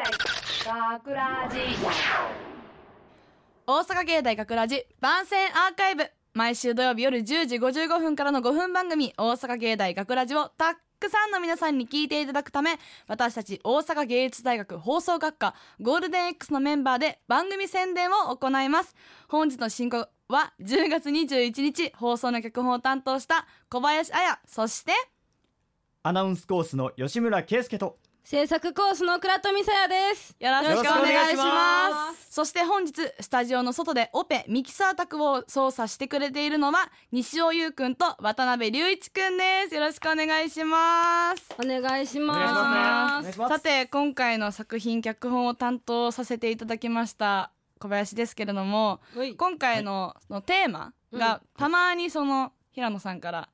学ラジ大阪芸大学ラジ番宣アーカイブ毎週土曜日夜10時55分からの5分番組大阪芸大学ラジをたっくさんの皆さんに聞いていただくため私たち大阪芸術大学放送学科ゴールデン X のメンバーで番組宣伝を行います本日の進行は10月21日放送の脚本を担当した小林彩そしてアナウンスコースの吉村圭介と制作コースの倉富沙耶ですよろしくお願いしますよろしくお願いしまそして本日スタジオの外でオペミキサー卓を操作してくれているのは西尾優くんと渡辺隆一くんですよろしくお願いしますお願いしますお願いしますお願いしますさて今回の作品脚本を担当させていただきました小林ですけれどもはい今回ののテーマがたまにその平野さんから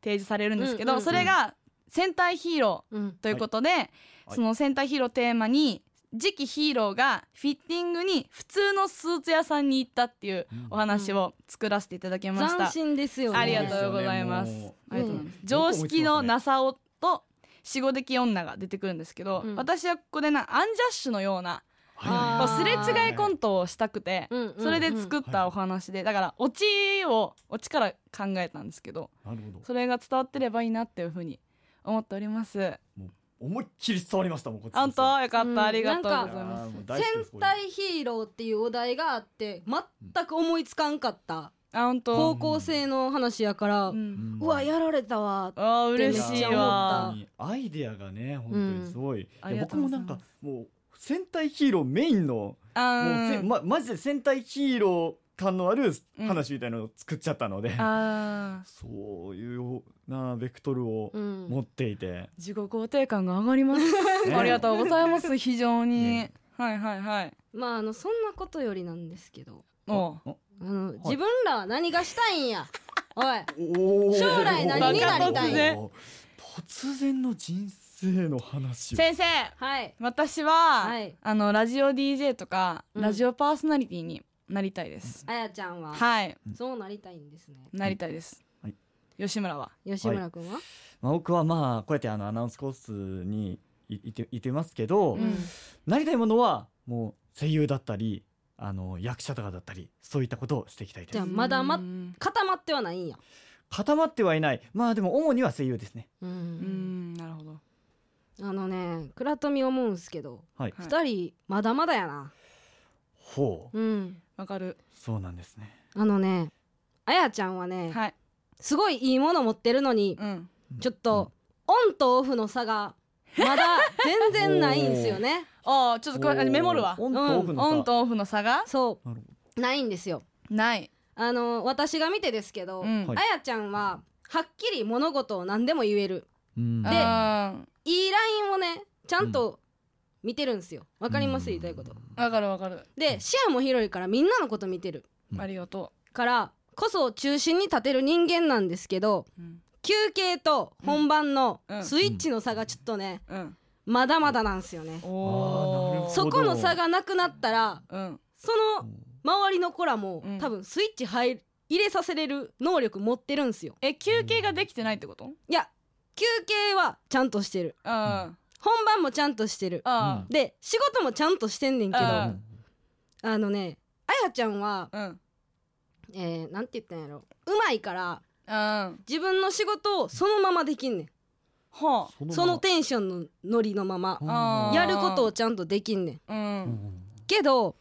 提示されるんですけど、うんうんうんそれが戦隊ヒーローうんということで、いその戦隊ヒーローテーマに次期ヒーローがフィッティングに普通のスーツ屋さんに行ったっていううんお話を作らせていただきました、斬新ですよねありがとうございますそうですよねもうありがとうございますうん常識のなさおと死後的女が出てくるんですけど、うん私はここでなアンジャッシュのようなこうあすれ違いコントをしたくて、うんうんうんそれで作ったお話でだからオチをオチから考えたんですけどなるほどそれが伝わってればいいなっていうふうに思っております。思いっきり伝わりましたもんこっち本当よかった、うんありがとうござい当ます。す戦隊ヒーローっていうお題があって全く思いつかんかったあ本方当。向性の話やから、ううん、わやられたわあーめっ嬉しいちゃわ思。アイデアがね本当にすごい,いや、ありがと僕うごもざないんますかもう戦隊ヒーローメインの、あもうせーまマジで戦隊ヒーロー感のある話みたいなのを作っちゃったので、あーそういうようなベクトルをうん持っていて、自己肯定感が上がります。ねありがとうございます非常に。ねはいはいはい。まああのそんなことよりなんですけどおおあの、自分らは何がしたいんやおいおー将来何になりたい突然突然の人生の話を先生。はい私は、はいあのラジオ DJ とか、うんラジオパーソナリティになりたいです。あやちゃんは、はい、そうなりたいんですねなりたいです。はい吉村は。吉村くんは、まあ、僕はまあこうやってあのアナウンスコースにいいていてますけど、うんなりたいものはもう声優だったりあの役者とかだったりそういったことをしていきたいでじゃすあまだまうん固まってはないんや固まってはいないまあでも主には声優ですねううんんなるほど。あのね倉富思うんすけどははい、い二、人まだまだやなほううんわかる。そうなんですねあのねあやちゃんはね、はい。すごいいいもの持ってるのに、うん。ちょっと、オンとオフの差がまだ全然ないんですよね ああちょっとこれおーメモるわ。オンとオフの差、オンとオフの差がそなるほうないんですよない。あの私が見てですけど、うんはいあやちゃんははっきり物事を何でも言えるどうんで、わわいいラインをねちゃんと見てるんですよわかります言いたいことかるわかる。で視野も広いからみんなのこと見てるうんありがとからこそ中心に立てる人間なんですけどう。うん。休憩と本番のうんスイッチの差がちょっとねうん。まだまだなんですよねあーなるおほお。どそこの差がなくなったらうん。その周りの子らもうん多分スイッチ入入れさせれる能力持ってるんすよえ休憩ができてないってこと？いや休憩はちゃんとしてるうん。あ本番もちゃんとしてるあ。で仕事もちゃんとしてんねんけどうあんのねあやちゃんはうん。えー、なんて言ったんやろうまいからうん。自分の仕事をそのままできんねんほそのそのテンションのノリのままう。ああーやることを。ちゃんとできんねんう。うんんけど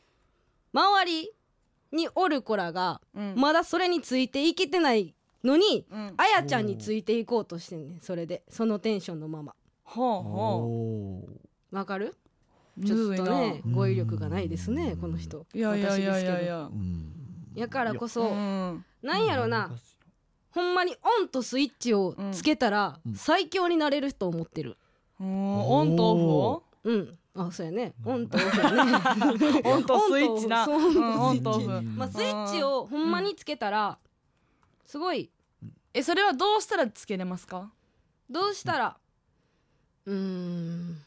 周りにおる子らがうん。まだそれについていけてないのにうん。あやちゃんについていこうとしてんねんそれでそのテンションのままほうほおーわかるう。ちょっとねうん語彙力がないですねこの人むずいな。いやいやいやいやい私ですや。けどやからこそそうん。なんやろなほんまにオンとスイッチをつけたらうん最強になれると思ってるうんオンとオフを。うんあそうやねオンとオフやねオンとスイッチな。そううんオンとオうフ。んまあ、スイッチをほんまにつけたらすごいえそれはどうしたらつけれますか？どうしたらうーん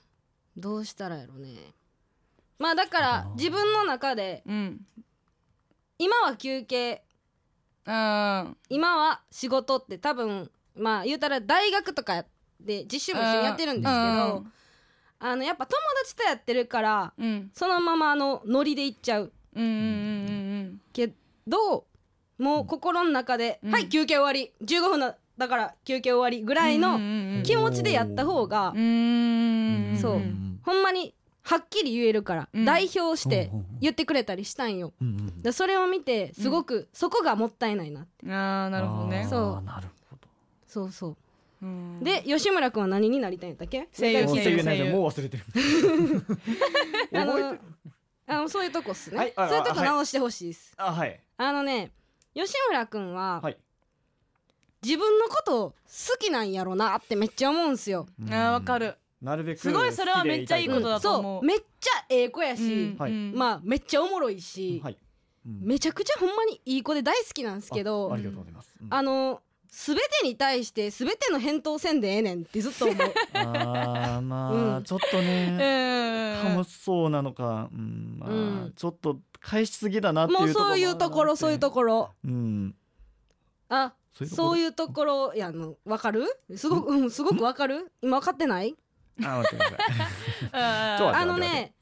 どうしたらやろねまあだから自分の中でうん。今は休憩うん。今は仕事って多分まあ言うたら大学とかで実習も一緒にやってるんですけど、うんあのやっぱ友達とやってるからうんそのままあのノリでいっちゃううんうんうんけどもう心の中で、うんはい休憩終わり15分だだから休憩終わりぐぐらいのの気持ちでやった方が、うんそうんほんまにはっきり言えるから、うん代表してうんうんうん言ってくれたりしたんよ。うんうんでそれを見てすごく、そこがもったいないなってああなるほどねあーそうなるほどそうそううんで吉村君は何になりたいんだっけ声優もう声優声優ない声優もう忘れて る覚えてあのるあのそういうとこっすね、はいあそういうとこはい直してほしいです、あはいあのね吉村君は、はい自分のことを好きなんやろなってめっちゃ思うんすよあーわかるなるべくすごいそれはめっちゃいいことだと思うそうめっちゃええ子やうんし、はいうんまあめっちゃおもろいし、はいうんめちゃくちゃほんまにいい子で大好きなんですけどああありがとうございますうんの全てに対して全ての返答せんでええねん ってずっと思うあーまうあんちょっとねうん楽しそうなのかうんまうあんちょっと返しすぎだなっていうもとこうろそういうところそういうところろうんあそうういうところやのわかるすごく、うん、すごくわかる今わかってないあ待ってくださいあちょっと待ってあのね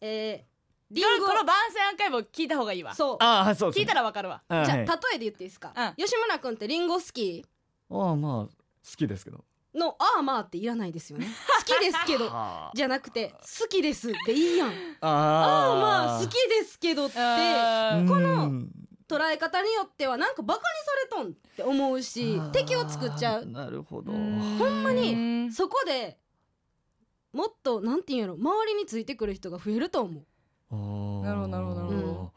えー、リンこのゴこの番宣アーカイブを聞いた方がいいわそうあーはいそうです聞いたらわかるわあーじゃあはい例えで言っていいですか、う吉村君ってリンゴ好きああまあ好きですけどの「ああまあ」っていらないですよね好きですけどあじゃなくて「好きです」でいいやんあああまあー好きですけどって捉あーこえ方によってはなんかバカにされとんって思うし敵を作っちゃうなるほどうんほんまにうんそこでもっとなんていうんやろ周りについてくる人が増えると思なるほどなるほどなるほど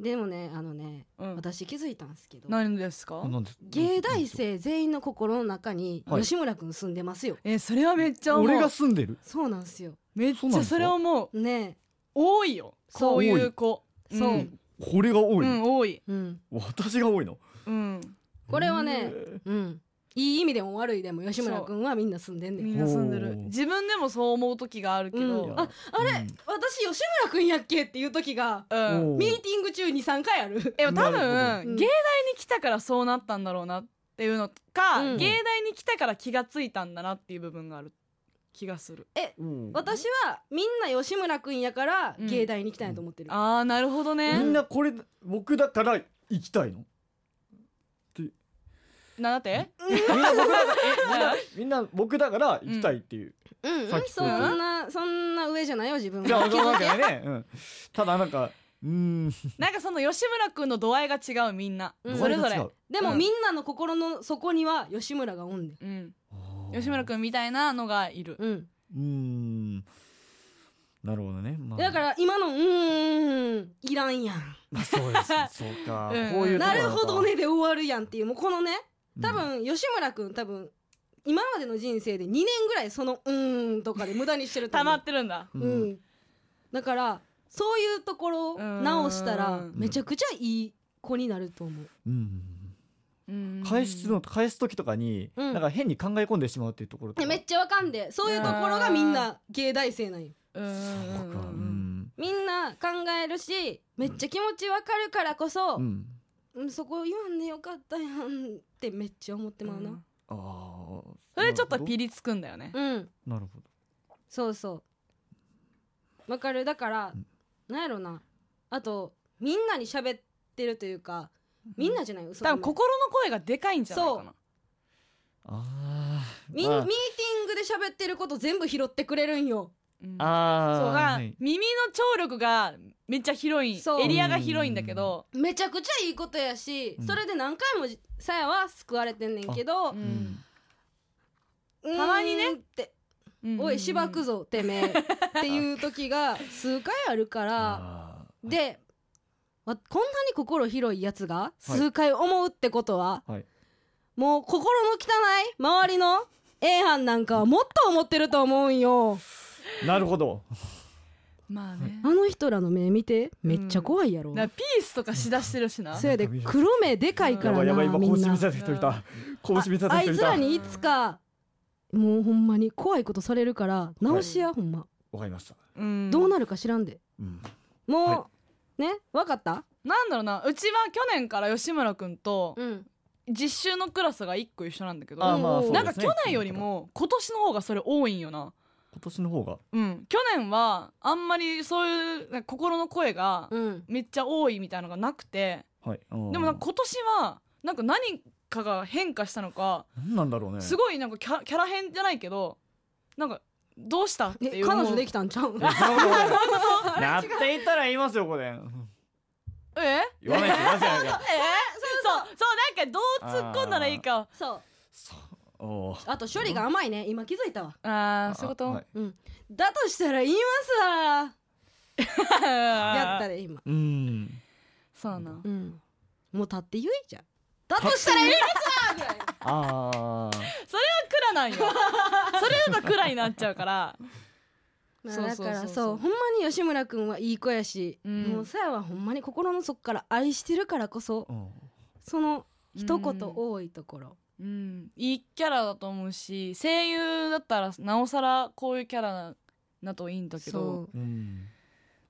うでもねあのねうん私気づいたんですけど何ですかなんで芸大生全員の心の中にはい吉村くん住んでますよ、えそれはめっちゃ思う俺が住んでるそうなんですよめっそうちなんゃですかそれ思うね多いよそうそういう子えそう、うんこれが多ういん多いうん、私が多いのうんこれはねへーうん、いい意味でも悪いでも吉村くんはみんな住んでんねんみんな住んでるおー自分でもそう思う時があるけうんどああれ、うん私吉村くんやっけっていう時がうんおーミーティング中に3回あるえ多分なるほど芸大に来たからそうなったんだろうなっていうのか、うん芸大に来たから気がついたんだなっていう部分がある気がするうん私はみんな吉村くんやからうん芸大に来たんやと思ってる、あーなるほどねみんなこれ僕だから行きたいのなだってみんな僕だからえみんな みんな僕だから行きたいっていううんうんさっきそそう言うんなそんな上じゃないよ自分じゃあはわかんないねうんただなんかうーんなんかその吉村君の度合いが違うみんな、うんそれぞれ度合いが違うでも、うんみんなの心の底には吉村がおんねんうん、あー吉村君みたいなのがいる、うんうーんなるほどね、まあ、だから今の「うーんいらんやんまあそうですそう か、うんこういうところだなるとほどね」で終わるやんっていうもうこのねうん多分吉村くん多分今までの人生で2年ぐらいその「うーん」とかで無駄にしてると溜思まうってるんだ、ううんん、だからそういうところを直したうらんめちゃくちゃいい子になると思う。うんうん返すの返す時とかに、うんなんか変に考え込んでしまうっていうところとでかめっちゃわかんでそういうところがみんな芸大生なんよ。うんうんそうかううんんみんな考えるしめっちゃ気持ちわかるからこそ、ううんんそこ言わんでよかったやんってめっちゃ思ってまうな。ああそれちょっとピリつくんだよね、うん、なるほどそうそう。わかるだから、うんなんやろなあとみんなに喋ってるというかみんなじゃない嘘多分心の声がでかいんじゃないかなあーみんミまーティングで喋ってること全部拾ってくれるんよ。うんあそうだあから耳の聴力がめっちゃ広いそうエリアが広いんだけど、めちゃくちゃいいことやし、うんそれで何回もさやは救われてんねんけど、ううんうんーんたまにねってうん「おいしばくぞてめえ」っていう時が数回あるからあーでわこんなに心広いやつが数回思うってことは、はいもう心の汚い周りの A 班なんかはもっと思ってると思うんよなるほどまあねあの人らの目見てめっちゃ怖いやろ、なピースとかしだしてるしなそやで黒目でかいかやらばないやばい今みん腰な見せた人いた腰見せたあ人いいつたらにいつかもうほんまに怖いことされるから直しや、ほんまわかりましたうんどうなるか知らんでうんもう、はねわかったなんだろうなうちは去年から吉村くんとうん実習のクラスが一個一緒なんだけどあーなまあうんそうですねんか去年よりも今年の方がそれ多いんよな今年の方がうん、去年はあんまりそういうなんか心の声がうんめっちゃ多いみたいなのがなくて、はいででもなんか今年はなんか何かが変化したのか、何なんだろうねすごいなんかキャキャラ変じゃないけどなんかどうしたっていえう彼も女うできたんちゃうんいやそんなことな いやっていたら言いますよこれうんえ言わないです言 わないでえすそうそうなんかどう突っ込んだらいいかそうおおあと処理が甘いね今気づいたわああそういうこと、はいだとしたら言いますわやったで今うんそうだなうんもう立って言いじゃんだとしたら言いますわぐらいああ蔵 なんよそれだと蔵になっちゃうからまあそうそうだそうそうからそうほんまに吉村君はいい子やし、うんもうさやはほんまに心の底から愛してるからこそその 一言多いところ、うん、いいキャラだと思うし声優だったらなおさらこういうキャラだといいんだけどそうん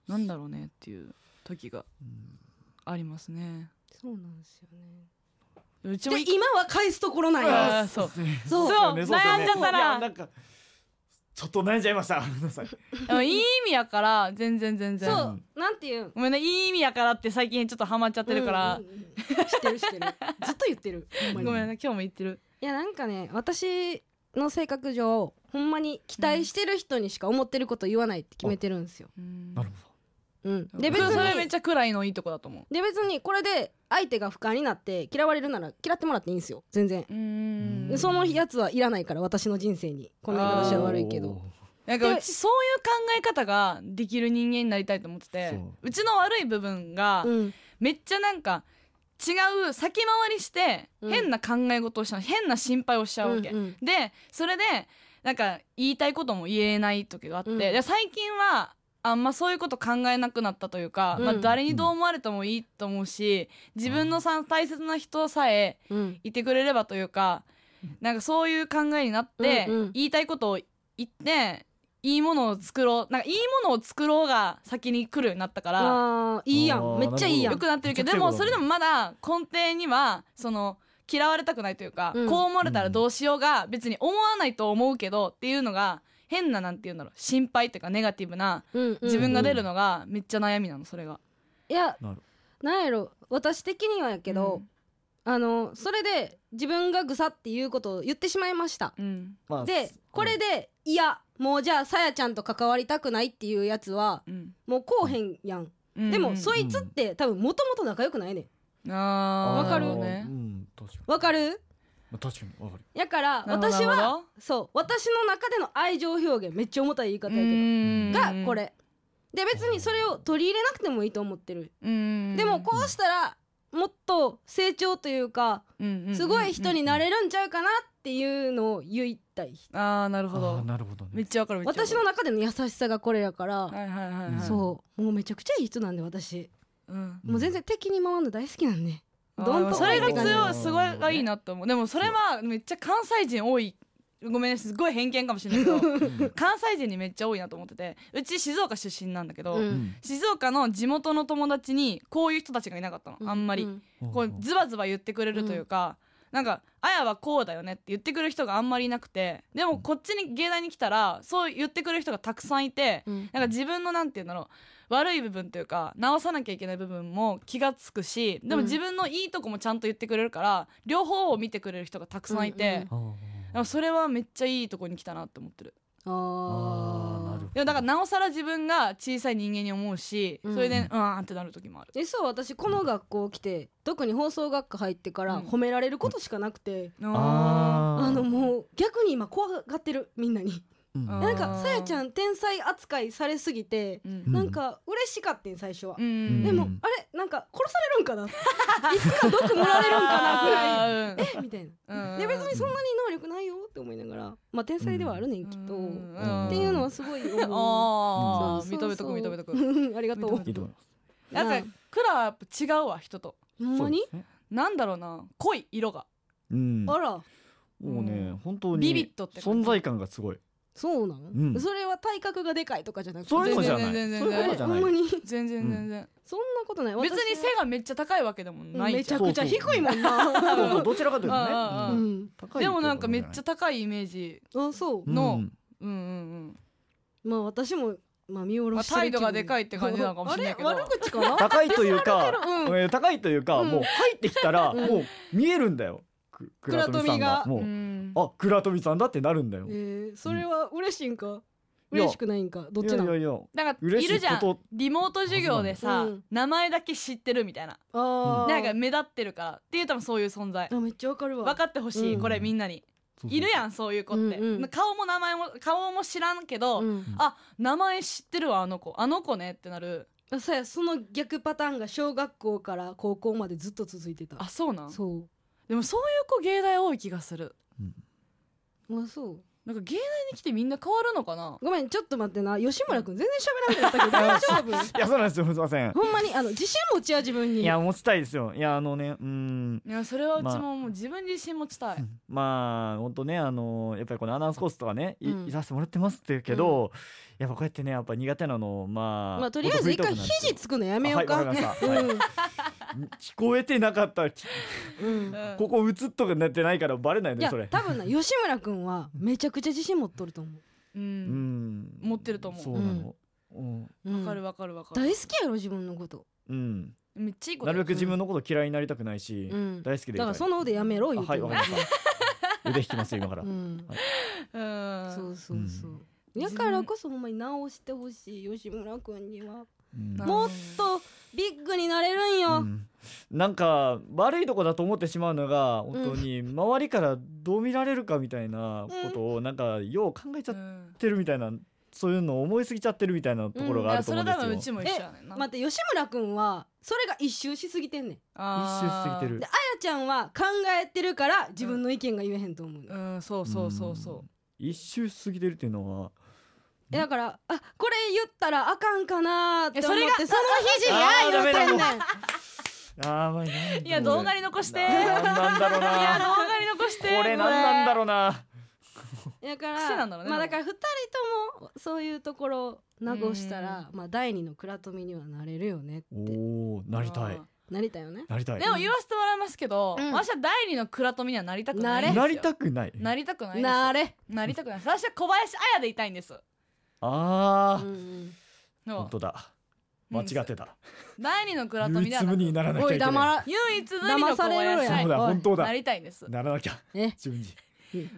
なんだろうねっていう時がありますねうそうなんですよねうちもいで今は返すところなんあやーそうそうそうですよね悩んじゃったらいやなんかちょっと悩んじゃいましたごめんなさいでもいい意味やから全然全そ然うなんていうんごめんねいい意味やからって最近ちょっとハマっちゃってるから、うんうんうん知ってる知ってるずっと言ってるほんま にごめんね今日も言ってるいやなんかね私の性格上ほんまに期待してる人にしか思ってること言わないって決めてるんですよ、うんなるほうん、でで別別にそれめっにちゃ暗いのいいとこだと思で別にこれで相手が不快になって嫌われるなら嫌ってもらっていいんですよ全然ううんうんそのやつはいらないから私の人生にこんな言い方し私たはら悪いけどなんかうちそういう考え方ができる人間になりたいと思っててそううちの悪い部分がうんめっちゃなんか違う先回りしてうん変な考え事をしたの変な心配をしちゃうわけ、うんうんでそれでなんか言いたいことも言えない時があって、うんで最近はあんまそういうこと考えなくなったというか、うんまあ、誰にどう思われてもいいと思うし自分のさ大切な人さえうんいてくれればというかなんかそういう考えになって、うんうん言いたいことを言っていいものを作ろうなんかいいものを作ろうが先に来るようになったから。あーいいやあんーめっちゃいいや良んくなってるけどでめちゃもくちゃいそれいことだねでもまだ根底にはその嫌われたくないというか、うんこう思われたらどうしようが別に思わないと思うけどっていうのが変ななんて言うんだろう心配っていうかネガティブなうんうん自分が出るのがめっちゃ悩みなのそれが。いやなるなんやろ私的にはやけど、あのそれで自分がぐさっていうことを言ってしまいましたうんまあでこれでいやもうじゃあさやちゃんと関わりたくないっていうやつはうんもうこうへんやん、うん、でもそいいつって多分もともと仲良くないねんあーわかるなほどうね。ん確かにわかるまあ確かにわかるやからなるほど私なるはほどそう私の中での愛情表現めっちゃ重たい言い方やうけんどがこ。れで別にそれを取り入れなくてもいいと思ってるうんでもこうしたらもっと成長というかうんうんすごい人になれるんちゃうかなっていうのを言いたいああなるあほーど。なるほどめっねちゃわかる。めっちゃわ私かるの中での優しさがこれやから、はいはいはいはい。そうもうめちゃくちゃいい人なんで私、うん。うんもう全然敵に回るの大好きなんでどんあーとそれがって感強いじすごいがいいなと思うでもそれはめっちゃ関西人多いごめんねすごい偏見かもしれないけ ど関西人にめっちゃ多いなと思っててうち静岡出身なんだけど、ううんん静岡の地元の友達にこういう人たちがいなかったの、あんまり、うんこうズバズバ言ってくれるというか、なんか「あやはこうだよね」って言ってくれる人があんまりいなくてでもこっちに芸大に来たらそう言ってくれる人がたくさんいて、うんなんか自分のなんて言うんだろう悪い部分というか直さなきゃいけない部分も気がつくしでもうん自分のいいとこもちゃんと言ってくれるから両方を見てくれる人がたくさんいて、うんうんあーでもそれはめっちゃいいとこに来たなって思ってるあーあーなるほどでもだからなおさら自分が小さい人間に思うし、うんそれでうわーんってなる時もあるえそう私この学校来て特に放送学科入ってからうん褒められることしかなくて、ああーあのもう逆に今怖がってるみんなにうんあーなんかさやちゃん天才扱いされすぎてーうんんなんか嬉しかったん最初は、うんでも、うんあれなんか殺されるんかな いつか毒盛られるんかなぐらいらいえみたいなうんで別にそんなに能力ないよって思いながらまあ天才ではあるねんきっと、うんうんっていうのはすごい思うあーそう認そうめとそくう認めとく ありがとう認いいと思いますなんかクラはやっぱ違うわ人とほんまに、そうですねなんだろうな濃い色がうんあらもうねうん本当にビビッとって感じ存在感がすごいそうなうの、んそれは体格がでかいとかじゃなくてそういうのじゃな全い然全然そういうことじゃほなんまいに全然全然そんなことない別に私背がめっちゃ高いわけでもないめちじゃゃんくちゃ低いもんなそうそうどちらかというとねあーあーあーうん高いでもなんかめっちゃゃ高いイメージあそうのうんうんうんまあ私もまあ見下ろしてるまあ態度がでかいって感じなのかもしれないけどあれ悪口かな高いというか別にあれからうん えー高いというか、うんもう入ってきたら、うんもう見えるんだよく倉富さんが倉富がもう、んあ倉富さんだってなるんだよ、えー、それは嬉しいんかいや嬉しくないんかどっちなやいのいやいやなんかい嬉しるいじゃこんとリモート授業でさ、うん名前だけ知ってるみたいなあーなんか目立ってるからっていう多分そういう存在あめっちゃわかるわ分かってほしい、うんこれみんなにそうそういるやんそういう子って、うんうん顔も名前も顔も知らんけど、うんあ名前知ってるわあの子あの子ねってなるあそうやその逆パターンが小学校から高校までずっと続いてたあそうなんそでもそういう子芸大多い気がするうあそうなんか芸大に来てみんな変わるのかなごめんちょっと待ってな吉村くん全然喋らんかった けど大丈いやそうなんですよすいません夫ほんまにあの自信持ちや自分にいや持ちたいですよいやあのねうーんいやそれはうちまあももう自分自身持ちたい、まあ本当ねあのやっぱりこのアナウンスコースとかねい,、うんいさせてもらってますって言うけど、やっぱこうやってねやっぱ苦手なのまあまあとりあえず一回肘つくのやめようか,、はいわかりましたはいうん 聞こえてなかったきうん うんここ映っとかなってないからバレないいねやそれ多分な吉村くんはめちゃくちゃ自信持っとると思ううんん持ってると思うそうなのうん、う、うわんかるわかるわかる大好きやろ自分のこと、うん、めっちゃいい子だなるよべく自分のこと嫌いになりたくないし、うん、だ大好きでいかたいらその腕やめろ言うてあはいわかりました腕引きますよ今から、 うん、うんそうそうそう、だ自分からこそほんまに直してほしい吉村くんにはうんなるほどもっとビッグになれるんよ、うんなんか悪いとこだと思ってしまうのが本当に周りからどう見られるかみたいなことをなんかよう考えちゃっうんてるみたいなそういうのを思いすぎちゃってるみたいなところいがあやるとそ思うれんです多よ、分うちも一緒やねんな待って吉村くんはそれが一周しすぎてんねんあー一周過ぎてるであやちゃんは考えてるから自分の意見が言えへんと思うの、うんそうそうそうそううん一周過ぎてるっていうのはえだからあこれ言ったらあかんかなーっえて思そっれてがその肘が言うてんねんあーまあなんだいや動画に残してなんなんだろういやな動画に残してこれなんなんだろううなだから癖なんだろうねまあもうだから二人ともそういうところを名護したら、まあ第二の倉富にはなれるよねっておおなりたいなりたいよねなりたいでも言わせてもらいますけど、うん私は第二の倉富にはなりたくないんですよなりたくないなりたくないですなれ、なりたくないです私は小林綾でいたいんですあうー、んそう本当だ間違ってた第二の倉富唯で一はな無く二にならう、なんきおゃいいけない黙ら唯一無二の小騙され林ろやそう綾だおい本当だなりたいんですならなきゃね自分に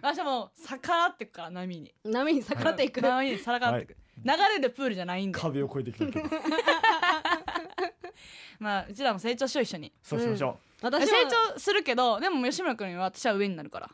私はもう逆らってくから波に波に逆らっていく、波に逆らってく、流れるプールじゃないんで 壁を越えてきたけどまあうちらも成長しよう一緒にそうしましょ成私は長するけどでも吉村君は私は上になるからう、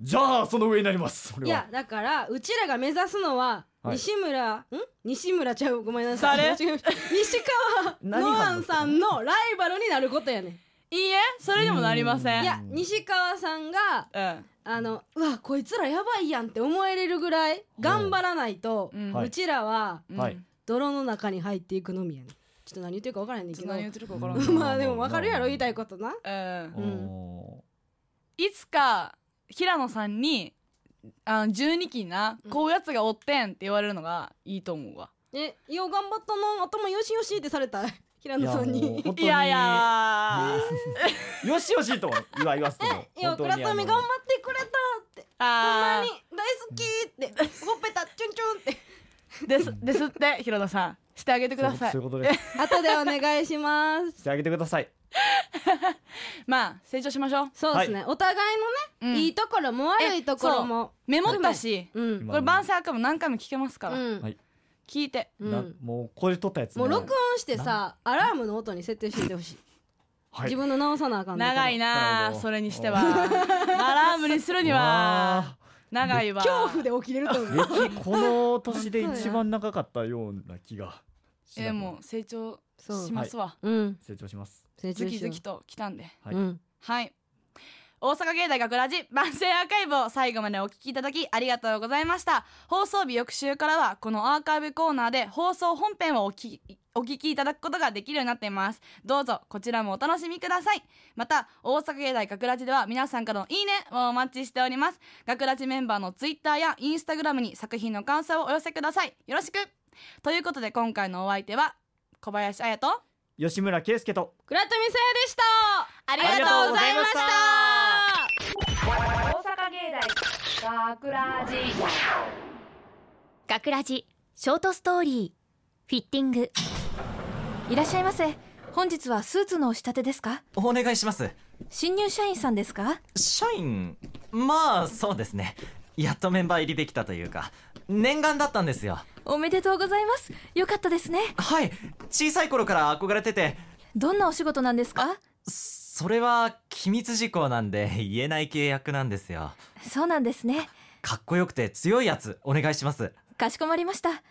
じゃあその上になりますそいれはやだからうちらが目指すのははい西村、ん西村ちゃうごめんなさい誰 間違えました西川何ノア班のンさんのライバルになること やねいいえそれにもなりませんんいやうん西川さんがうんあのうわこいつらやばいやんって思えれるぐらい頑張らないと、ううんはいうちらはうんはい泥の中に入っていくのみやねんちょっと何言ってるか分からへんねんちょっけとど何言ってるか分からんうな まあでも分かるやろ言いたいことなうん、うんおいつか平野さんにあの12期なうんこういうやつがおってんって言われるのがいいと思うわ、えよう頑張ったの頭よしよしってされた 平ーい野やもさうん に本当いにやいやね よしよしと言わ言わすとも「よ本倉当に富頑あの張ってくれた」って「ほんまあに大好き」って「ほっぺたチュンチュン」ってーですですって平野さんしてあげてくださいそういうことそういうことで 後でお願いしますすしてあげてくださいまあ成長しましょう、そうですね、お互いのね、うんいいところも悪いところもメモったしうん今これ万世赤も何回も聞けますから、うん、はい聞いてうんなもうこれ撮ったやつねもう録音してさアラームの音に設定しててほしい、はい自分の直さなあかんところ長いななるあほどそれにしてはアラームにするにはわ長いわ恐怖で起きれると思うー歴この年で一番長かったような気がしなえくももう成長しますわ、うん成長します成ズ長キしズよキと来たんではうい、うんはい大阪芸大学ラジ万世アーカイブを最後までお聞きいただきありがとうございました放送日翌週からはこのアーカイブコーナーで放送本編をお聞きお聞きいただくことができるようになっていますどうぞこちらもお楽しみくださいまた大阪芸大学ラジでは皆さんからのいいねをお待ちしております学ラジメンバーのツイッターやインスタグラムに作品の感想をお寄せくださいよろしくということで今回のお相手は小林彩と吉村圭介と倉富さやでしたありがとうございました大阪芸大学ラジ学ラジショートストーリーフィッティングいらっしゃいませ本日はスーツのお仕立てですかお願いします新入社員さんですか社員まあそうですねやっとメンバー入りできたというか念願だったんですよおめでとうございますよかったですねはい小さい頃から憧れててどんなお仕事なんですかそれは機密事項なんで言えない契約なんですよそうなんですねかっこよくて強いやつお願いしますかしこまりました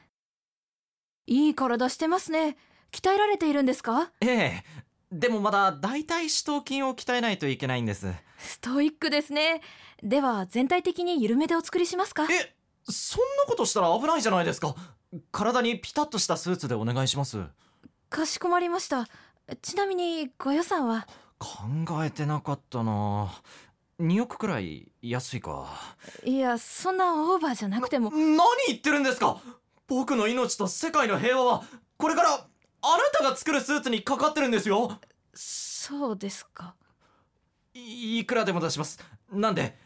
いい体してますね鍛えられているんですかええでもまだ大腿四頭筋を鍛えないといけないんですストイックですねでは全体的に緩めでお作りしますかえそんなことしたら危ないじゃないですか体にピタッとしたスーツでお願いしますかしこまりましたちなみにご予算は考えてなかったな2億くらい安いかいやそんなオーバーじゃなくても何言ってるんですか僕の命と世界の平和はこれからあなたが作るスーツにかかってるんですよそうですかいいくらでも出しますなんで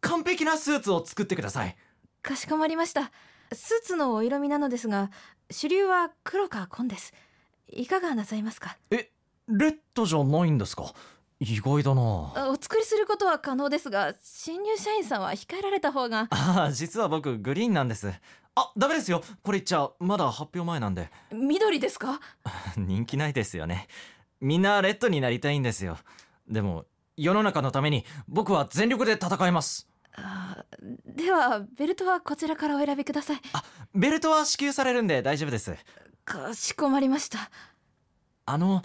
完璧なスーツを作ってくださいかしこまりましたスーツのお色味なのですが主流は黒か紺ですいかがなさいますかレッドじゃないんですか意外だなああお作りすることは可能ですが新入社員さんは控えられた方があ実は僕グリーンなんですあダメですよこれ言っちゃまだ発表前なんで 緑ですか人気ないですよねみんなレッドになりたいんですよでも世の中のために僕は全力で戦いますあではベルトはこちらからお選びくださいベルトは支給されるんで大丈夫ですかしこまりましたあの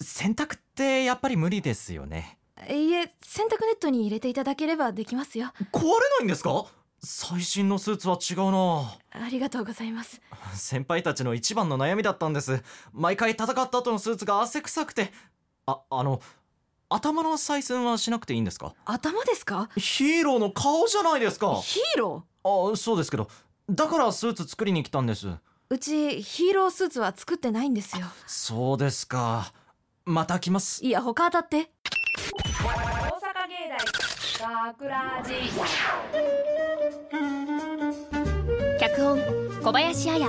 洗濯ってやっぱり無理ですよねいいえ洗濯ネットに入れていただければできますよ壊れないんですか最新のスーツは違うなありがとうございます先輩たちの一番の悩みだったんです毎回戦った後のスーツが汗臭くてああの頭の採寸はしなくていいんですか頭ですかヒーローの顔じゃないですかヒーローあそうですけどだからスーツ作りに来たんですうちヒーロースーツは作ってないんですよそうですかまた来ますいや他当たって大阪芸大学ラジ脚本小林彩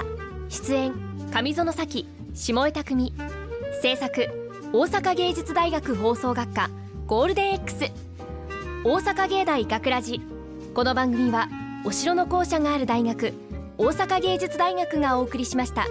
出演上園咲下江拓海制作大阪芸術大学放送学科ゴールデン X 大阪芸大学ラジこの番組はお城の校舎がある大学大阪芸術大学がお送りしました。